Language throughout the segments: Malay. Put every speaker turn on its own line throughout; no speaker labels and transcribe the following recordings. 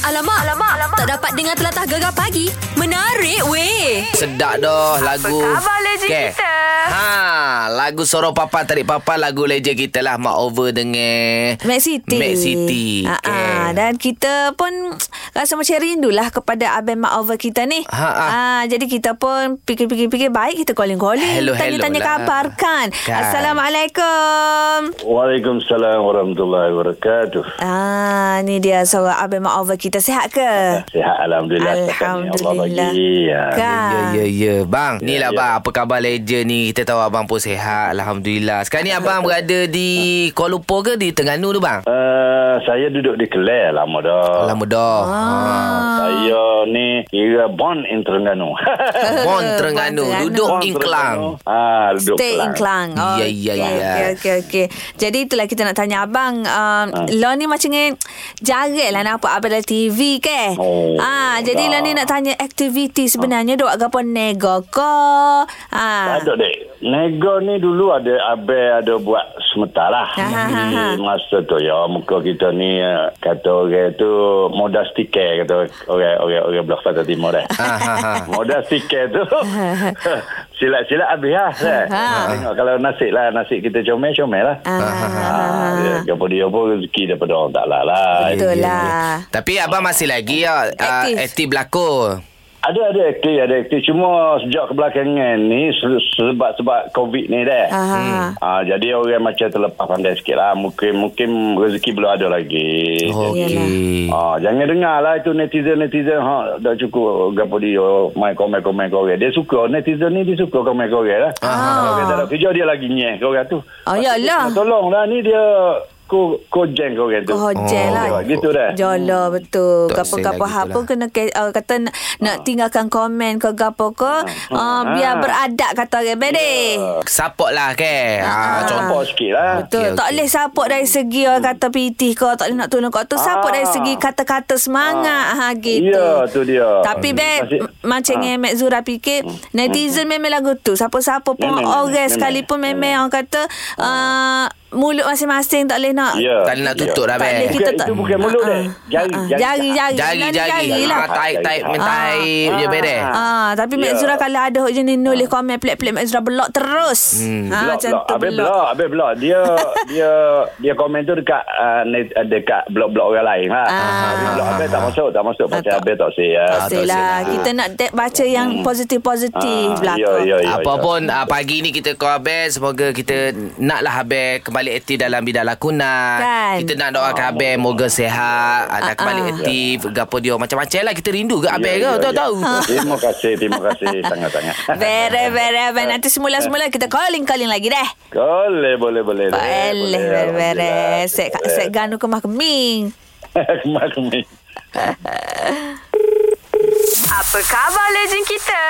Alamak, alamak, alamak. Tak dapat dengar telatah gegar pagi. Menarik weh.
Sedap doh lagu.
khabar legend kita?
Ha, lagu Sorong Papa Tarik Papa lagu legend kita lah Mak Over dengan
Mac City.
Mac City.
Ha,
Okey.
ha. Dan kita pun rasa macam rindulah kepada abang mak over kita ni.
Ha, ha.
ha. Jadi kita pun fikir-fikir-fikir baik kita calling-calling.
Hello, hello
Tanya-tanya
lah.
kabar kan.
Kan.
Assalamualaikum.
Waalaikumsalam warahmatullahi wabarakatuh.
Ah, ni dia seorang abang mak over kita. Sihat ke?
Sihat alhamdulillah. Allah
Alhamdulillah.
bagi. Ya.
Kan.
Ya, ya, ya. Bang, ni lah
ya.
bang. Apa khabar legend ni? Kita tahu abang pun sihat. Alhamdulillah. Sekarang ni abang berada di Kuala Lumpur ke di Terengganu tu bang? Oh,
Uh, saya duduk di Kelir lama dah.
Lama dah. Ah.
Saya ni kira born in Terengganu.
Ah, Bon
Bon
Terengganu.
Terengganu.
Duduk
Born
Ingklang.
Terengganu. Ah, duduk
Stay in Klang. Oh,
Ya, ya,
okey,
ya.
Okey, okey, okey. Jadi itulah kita nak tanya abang. Um,
Ah.
Lo ni macam ni jarang lah nampak abang dalam TV ke?
Oh,
ah, jadi
dah.
Lo ni nak tanya aktiviti sebenarnya. Duk agak pun nego ke? Ah.
Tak ada dek. Nego ni dulu ada abe ada buat sementara lah.
Ha, ha, ha, ha.
Jadi masa tu ya muka kita ni eh, kata orang tu modal stiker kata orang orang orang Blok Pantai Timur eh.
Ha, ha,
Ah.
ha.
modal stiker tu silat-silat habis lah. eh.
Ha.
Tengok kalau nasi lah nasi kita comel comel lah.
Ah.
Ha, dia pun dia pun rezeki daripada orang Taala lah.
Betul
Ya, ya,
lah.
ya. Tapi abang masih lagi ya, ah,
Aktif.
aktif berlakon.
Ada ada aktif ada aktif cuma sejak kebelakangan ni se- sebab sebab covid ni dah.
Ah.
Hmm.
Ah, jadi orang macam terlepas pandai sikit lah. Mungkin, mungkin rezeki belum ada lagi.
Oh,
Okey.
Ya,
Ah, jangan dengar lah itu netizen-netizen. Ha, dah cukup gapo dia main komen-komen korang. Dia suka. Netizen ni dia suka komen korang lah. Ah. Orang tak ada kerja dia lagi nyeh korang tu.
Oh, yalah.
Tolong lah ni dia ko, kojeng korang tu.
Kau hotel
Oh. Hmm.
lah.
Tengok, gitu dah.
Jolo betul.
Tak say
Gapo-gapo
lagi
hapa
tu lah.
kena ke, uh, kata nak, nak
Ah.
tinggalkan komen ke gapo ke. Uh, biar beradab kata orang bedeh.
Ya.
Support lah ke?
Ah.
Ha, contoh.
Support sikit lah.
Betul.
Okey,
tak
okey.
boleh support dari segi orang kata PT kau. Tak boleh nak tolong kau. Tu support
Ah.
dari segi kata-kata semangat. Ha, gitu.
Ya, tu dia.
Tapi ah, babe,
Masih- Ah.
m-
Hmm.
macam ni Mek Zura fikir, netizen memang lagu tu. Siapa-siapa pun
Memang,
orang
memang,
sekalipun
memang. Hmm.
memang orang kata uh, mulut masing-masing tak boleh nak
Ya.
Tak boleh nak tutup dah,
tak
Abang.
boleh kita
Bukan,
tak
itu bukan mulut
Ah,
dah. Jari,
ah, ah.
jari.
jari
Jari,
Lah,
jari.
jari lah
Ha, taip, taip,
Ah.
mentaip je beres.
Ah.
Ah, tapi Mek
Ya. Ah.
Zura kalau ada hok jenis nulis komen pelik-pelik Mek Zura blok terus.
Hmm.
Ha
Blok,
macam
blok.
tu
Habis
blok.
blok, habis blok. Dia dia dia komen tu dekat uh, net, eh, dekat blok-blok orang lain ha. Habis blok habis tak masuk, tak masuk.
Ah.
Macam
tak.
habis tak say. Ya.
Ah, tak
Asyik lah.
silah.
Kita nak de- baca yang positif-positif
Ah,
belaka.
ya, ya, ya.
Apa pun ah, pagi ni kita call Abel Semoga kita naklah Abel kembali aktif dalam bidang lakonan
Kan.
Kita nak doakan Abel moga sehat ah, Dah kembali aktif Gapo dia macam-macam lah Kita rindu ke Abel
Ya,
ke Tahu-tahu
Ah.
Terima kasih, terima kasih sangat-sangat.
Very, very, very. Nanti semula-semula kita calling-calling lagi deh.
Boleh, boleh, boleh.
Boleh, very, very. Set, set ganu kemah keming.
Kemarin.
Apa khabar legend kita?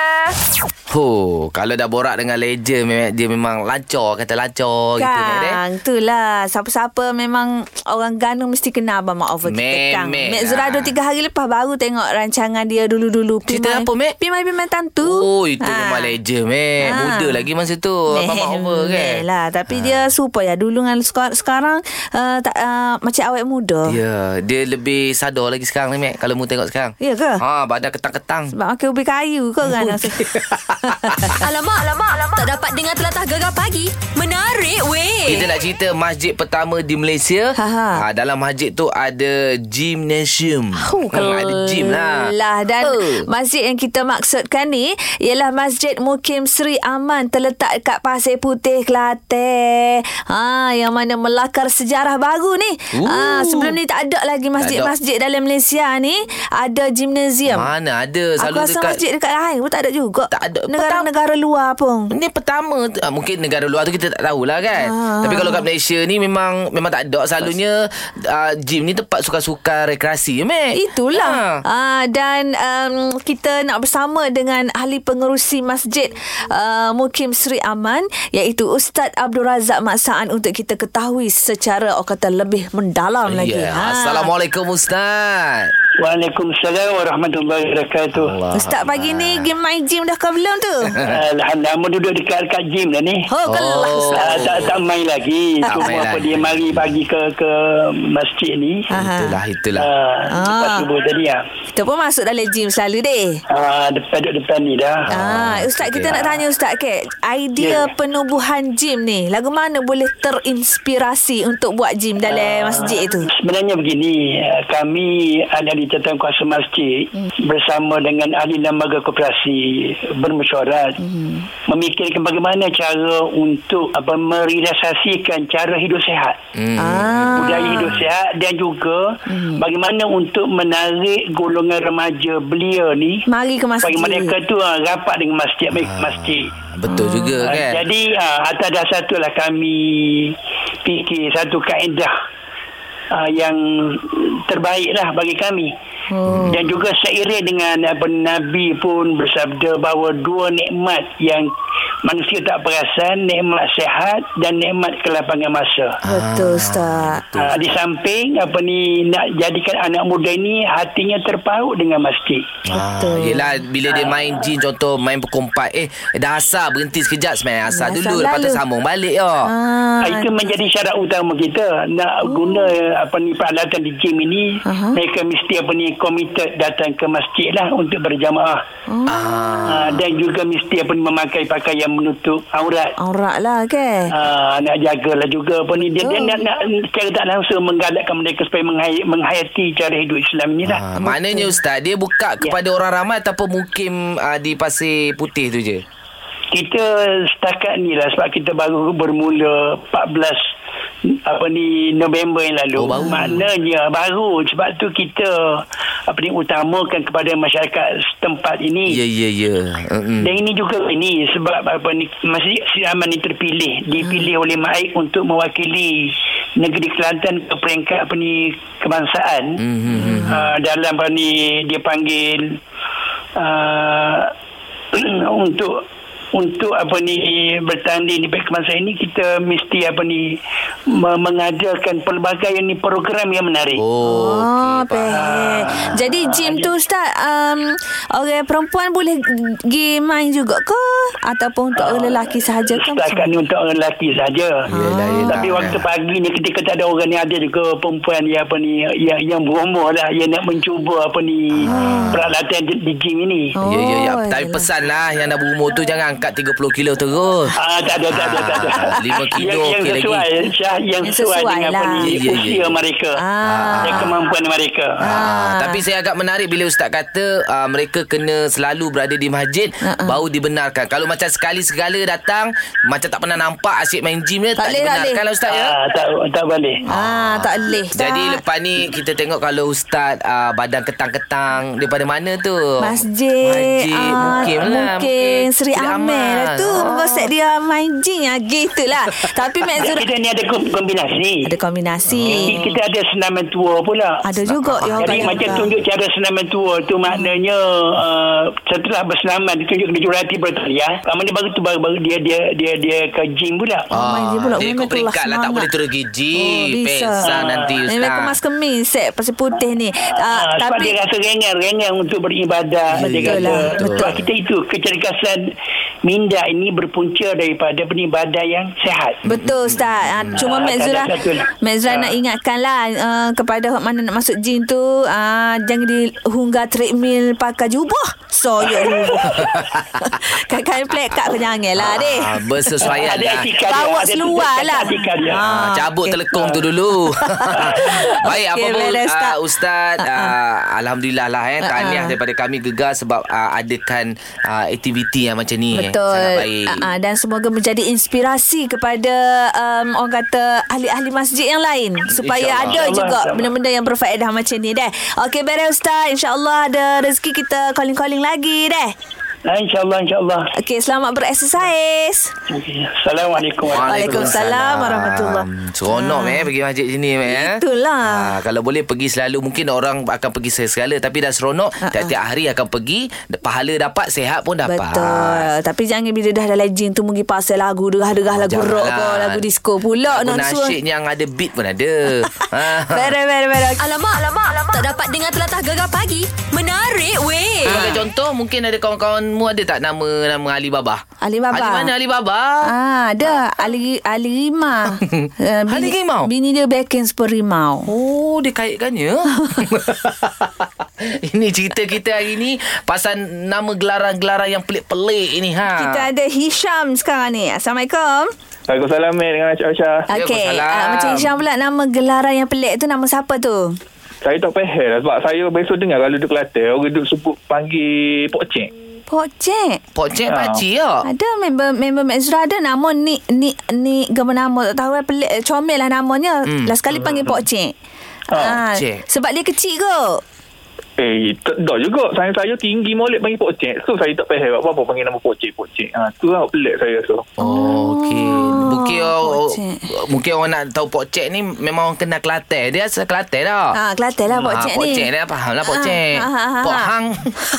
Ho, Kalau dah borak dengan legend memang, Dia memang lancar Kata lancar gitu kan, eh? Mek, deh.
Kang, itulah. lah. Siapa-siapa memang orang Ganu mesti kenal Abang Mak Over
Memang,
kita, Kang. Mek
ah.
Zura dua tiga hari lepas baru tengok rancangan dia dulu-dulu.
Cerita
Pimai-
apa, Mek?
Pimai-pimai tantu.
Oh itu
Ah.
memang legend
Ah.
meh. Eh, Muda lagi masa tu Abang Mak Over kan
Memel lah. Tapi dia super ya. Dulu dengan seka- sekarang uh, tak, uh, macam awet muda.
Ya Dia lebih sadar lagi sekarang ni Mek Kalau mu tengok sekarang
Ya ke?
Ha, badan ketang-ketang
Sebab makan ubi kayu ke kan?
Alamak, alamak, alamak.
tak dapat dengar telatah gegar pagi. Menarik weh.
Kita nak cerita masjid pertama di Malaysia.
Ha, ha.
Ha, dalam masjid tu ada gymnasium.
Oh,
Hmm, ada gym lah.
Lah dan
Oh.
masjid yang kita maksudkan ni ialah Masjid Mukim Sri Aman terletak dekat Pasir Putih Kelate. Ha yang mana melakar sejarah baru ni.
Ooh.
Ha sebelum ni tak ada lagi masjid-masjid dalam Malaysia ni ada gimnasium.
Mana
Aku
ada selalu
rasa
dekat
masjid dekat lain pun tak ada juga.
Tak ada.
Negara-negara luar pun.
Ni pertama tu, ah, Mungkin negara luar tu Kita tak tahulah kan
Ah.
Tapi kalau kat Malaysia ni Memang memang tak ada Selalunya uh, Gym ni tempat suka-suka Rekreasi ya, Mek
Itulah. Ha. dan um, kita nak bersama dengan ahli pengerusi masjid uh, Mukim Sri Aman iaitu Ustaz Abdul Razak Mat Saan untuk kita
Ya,
ketahui secara orang kata lebih mendalam lagi. Ha.
Yeah. Assalamualaikum Ustaz
Waalaikumsalam warahmatullahi wabarakatuh.
Allah.
Ustaz pagi ni game main gym dah ke belum tu?
Ah, Alhamdulillah, mu duduk dekat dekat gym dah ni.
Oh, kelah
Oh.
Ustaz.
Ah, tak tak main lagi.
Tak
Cuma
main
apa
lagi.
dia mari pagi ke ke masjid ni.
Ah.
Ah,
Itulah, itulah.
lepas
Ah.
subuh tadi ah.
Kita pun masuk dalam gym selalu deh.
Ah, depan duduk depan ni dah.
Ah, Ustaz kita nak tanya Ustaz Kek Idea
Ya.
penubuhan gym ni Lagu mana boleh terinspirasi Untuk buat gym dalam masjid tu
Sebenarnya begini, eh, kami ada di tentang kuasa masjid bersama dengan ahli lembaga koperasi bermesyuarat memikirkan bagaimana cara untuk apa merealisasikan cara hidup sihat.
ah.
budaya hidup sihat dan juga hmm. bagaimana untuk menarik golongan remaja belia ni
Mari ke Hmm. masjid
bagi mereka tu ah, rapat dengan masjid ah. masjid.
Betul juga
Ah,
kan?
Jadi ah, atas dasar itulah kami fikir satu kaedah ah, yang terbaiklah bagi kami. Hmm. Dan juga seiring dengan apa Nabi pun bersabda bahawa dua nikmat yang manusia tak perasan, nikmat sehat dan nikmat kelapangan masa.
Ah.
Betul Ustaz
Ha, di samping apa ni nak jadikan anak muda ini hatinya terpaut dengan masjid.
Ah,
Betul.
yelah bila dia main jin contoh main perkompak eh dah asar berhenti sekejap sebenarnya
Asar
asar dulu lepas tu
lalu.
sambung balik ya.
ah. Oh.
Ha, itu menjadi syarat utama kita nak guna apa ni peralatan di gym ini
Aha.
mereka mesti apa ni committed datang ke masjid lah untuk berjamaah.
Ah,
Ah.
Ha, dan juga mesti apa ni memakai pakaian menutup aurat.
Aurat lah ke
Ha, nak jagalah juga apa ni dia, dia nak, nak secara tak langsung menggalakkan mereka supaya menghayati, menghayati cara hidup Islam ni lah.
Ah, maknanya ustaz dia
Ya.
buka kepada orang ramai ataupun mukim ah, di Pasir Putih tu je.
kita setakat ni lah sebab kita baru bermula 14 apa ni November yang lalu
Oh, baru.
maknanya baru sebab tu kita apa ni utamakan kepada masyarakat setempat ini
Ya ya ya. Mm-mm.
dan ini juga ini sebab apa ni Masjid Sri Aman ni terpilih dipilih oleh Maik untuk mewakili negeri Kelantan ke peringkat apa ni kebangsaan
Mhm.
uh, dalam apa ni dia panggil uh, untuk untuk apa ni bertanding di pihak kebangsaan ini kita mesti apa ni me- mengadakan pelbagai ni program yang menarik.
Oh,
Oh,
okey, faham.
peh.
Ah,
Jadi gym
ya.
tu Ustaz um, Orang perempuan boleh Pergi main juga ke Ataupun untuk orang lelaki sahaja ke
Setakat ni untuk orang lelaki saja.
Yelah, yelah.
Tapi waktu pagi ni ketika tak ada orang ni ada juga perempuan yang apa ni yang yang berumur lah yang nak mencuba apa ni
Ah.
peralatan di, di gym ini.
Oh,
Ya ya ya. Tapi
yelah.
pesan lah yang dah berumur tu jangan angkat 30 kilo terus.
Ah, tak ada, tak ada, tak ada.
Ah, lima kilo
yang, yang
okey lagi.
sesuai, Syah, yang, sesuai,
sesuai
dengan apa
lah.
ni,
Ya, ya,
usia
ya.
mereka.
Ah.
Dan kemampuan mereka.
Ah. Tapi saya agak menarik bila ustaz kata uh, mereka kena selalu berada di masjid uh-uh. baru dibenarkan. Kalau macam sekali segala datang macam tak pernah nampak asyik main gym dia
Tak
tak,
boleh, tak
dibenarkan
boleh.
lah ustaz ya.
Ah, tak, tak boleh.
Ah, tak boleh Ustaz.
Jadi lepas ni kita tengok kalau ustaz uh, badan ketang-ketang daripada mana tu?
Masjid,
Masjid
ah,
mungkin lah.
Mungkin Seri Amel lah tu oh. Gosek dia main jin lah Gitu lah Tapi Mek Zura
Kita ni ada kom- kombinasi.
Ada kombinasi
Ki- Kita ada senaman tua pula.
Ada juga ya, yoga
Jadi macam
juga.
tunjuk cara senaman tua tu maknanya uh, setelah bersenaman ditunjuk ke jurati bertaliah. Kamu dia ya? Ah, baru tu baru, baru dia dia dia dia ke gym pula.
Oh, main gym pula.
Dia
Memang
ikut peringkat
kelas
lah. Ah. Tak
semangat.
boleh terus gigi.
Oh, bisa.
Pesan nanti ustaz.
Memang kemas kemis set pasal putih ni. Uh,
Ah, sebab
tapi
dia rasa rengan-rengan untuk beribadah.
Ya,
dia
betul
kata.
lah, betul.
Sebab kita itu kecerdasan minda ini berpunca daripada beribadah yang sehat.
Betul Ustaz ha,
Hmm.
Cuma
Ah,
Mek
tak ada
Zura
satu lah.
Mek Zura
Ah.
nak ingatkan lah uh, Kepada hok mana nak masuk gym tu uh, Jangan dihunggah treadmill Pakai jubah Soyok dulu Kain-kain plek kat pun jangan lah deh
Ah, bersesuaian
Ada
lah.
etika dia,
Bawa
ada
seluar
etika-
lah
etika dia.
Ah, cabut
okey.
okay. telekong tu dulu. Ah, Baik, apa
Okey,
pun
boleh, Ustaz.
uh, Ustaz, uh, Alhamdulillah lah eh.
Ah,
Tahniah
ah.
daripada kami gegar sebab uh, adakan uh, aktiviti yang macam ni. eh.
Betul.
Sangat baik.
Ah, ah, dan semoga menjadi inspirasi kepada um, orang kata ahli-ahli masjid yang lain supaya
InsyaAllah.
ada
InsyaAllah,
juga
insyaAllah.
benda-benda yang berfaedah macam ni deh. Okey, beres ustaz. Insya-Allah ada rezeki kita calling-calling lagi deh.
Ah, InsyaAllah, insyaAllah.
Okey, selamat bereksersais.
Okey. Assalamualaikum.
Waalaikumsalam warahmatullah.
Seronok eh pergi masjid sini meh. eh.
Itulah.
Ah, kalau boleh pergi selalu mungkin orang akan pergi sekali tapi dah seronok
Ah,
tiap-tiap hari akan pergi pahala dapat sehat pun dapat.
Betul. Tapi jangan bila dah dah legend tu mungkin pasal lagu degah-degah lagu
Janganlah.
rock ke lagu disco pula
Lagu
nak suruh.
nasyid yang ada beat pun ada. ha.
Very, very, very.
Alamak, alamak, alamak. Tak dapat dengar telatah gegar pagi. Menarik, weh.
Ah.
Sebagai contoh mungkin Eh, ada kawan-kawanmu ada tak nama nama Ali Baba?
Ali Baba.
Ali mana Ali Baba?
Ah, ada Ali Ali Rima. uh,
Ali Rimau?
Bini dia backing super Rimau.
Oh, dia kaitkannya. ini cerita kita hari ni pasal nama gelaran-gelaran yang pelik-pelik ini ha.
Kita ada Hisham sekarang ni. Assalamualaikum.
Waalaikumsalam Mek dengan Aisyah.
Okey.
Waalaikumsalam.
Uh, macam Hisham pula nama gelaran yang pelik tu nama siapa tu?
Saya tak faham lah sebab saya besok dengar kalau duduk Kelantan orang duduk sebut panggil Pok Cik.
Pocek.
Pocek
Ah.
pakcik ya.
Ada member member Mek Zura ada nama ni ni ni gambar nama tak tahu eh, pelik eh, comel lah namanya.
Hmm.
Hmm. Last kali panggil Pok Cik.
Ah,
Ah,
Cik.
sebab dia kecil kot.
Eh, tak dah juga. Saya saya tinggi molek panggil Pok Cik. So saya tak faham apa apa panggil nama Pok Cik, Pok Cik. Ha, tu lah pelik saya so.
Oh, okey. Mungkin orang,
Pocek.
mungkin orang nak tahu pocek ni memang orang kenal Kelantan. Dia asal Kelantan dah.
Ah, Kelantan lah Pok Cik
Pok
ni.
Cik ni faham lah Pok
Ah,
Cek.
ah, ah, ah.
Pok Hang.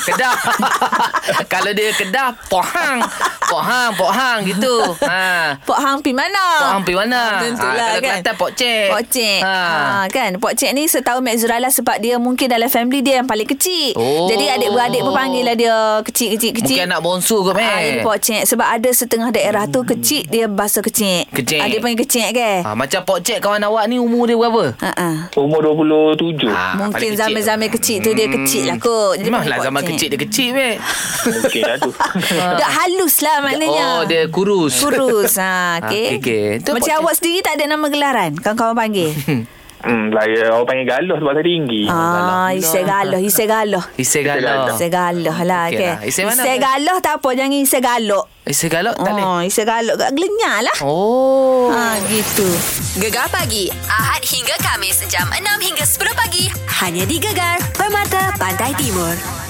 Kedah. Kalau dia Kedah, Pok Hang. Pok Hang, Pok Hang gitu. Ha.
Pok Hang pi mana?
Pok Hang pi mana?
Ah, Tentulah
Ah, kalau
kan.
Kelantan, Pok Cek.
Pok Cek.
Ah.
Ha. kan. Pok Cek ni setahu Mek Zura lah sebab dia mungkin dalam family dia yang paling kecil.
Oh.
Jadi adik-beradik pun panggil lah dia kecil-kecil kecil.
Mungkin anak bonsu ke, Mek?
Ah, jadi Pok Cek sebab ada setengah daerah tu kecil dia bahasa kecil.
Kecil.
Ah, dia panggil kecil ke?
Ha, macam Pok Cek kawan awak ni umur dia berapa?
Ha ah.
Umur 27.
Ah, paling
Mungkin
kecil.
zaman-zaman kecil tu dia kecil lah kot. Jadi
Memanglah
panggil
zaman
pocek.
kecil dia kecil, Mek.
Okey dah tu.
Dah halus lah maknanya.
Ah. Oh, dia kurus.
Kurus. ha, okay.
Ah, okey, okey. Tu
Macam
pocek.
awak sendiri tak ada nama gelaran? Kawan-kawan panggil?
Hmm, saya orang panggil galuh sebab saya tinggi.
ah, Isai galah, Isai galah.
Isai galau.
Isai galah lah.
Ah. Okey
Okay.
lah. Isai mana?
galah tak apa. Jangan Isai galak.
Isai galau tak boleh.
Oh, Isai galak. Kat gelenyar lah.
Oh.
Ha, gitu.
Gegar pagi. Ahad hingga Kamis. Jam 6 hingga 10 pagi. Hanya di Gegar. Permata Pantai Timur.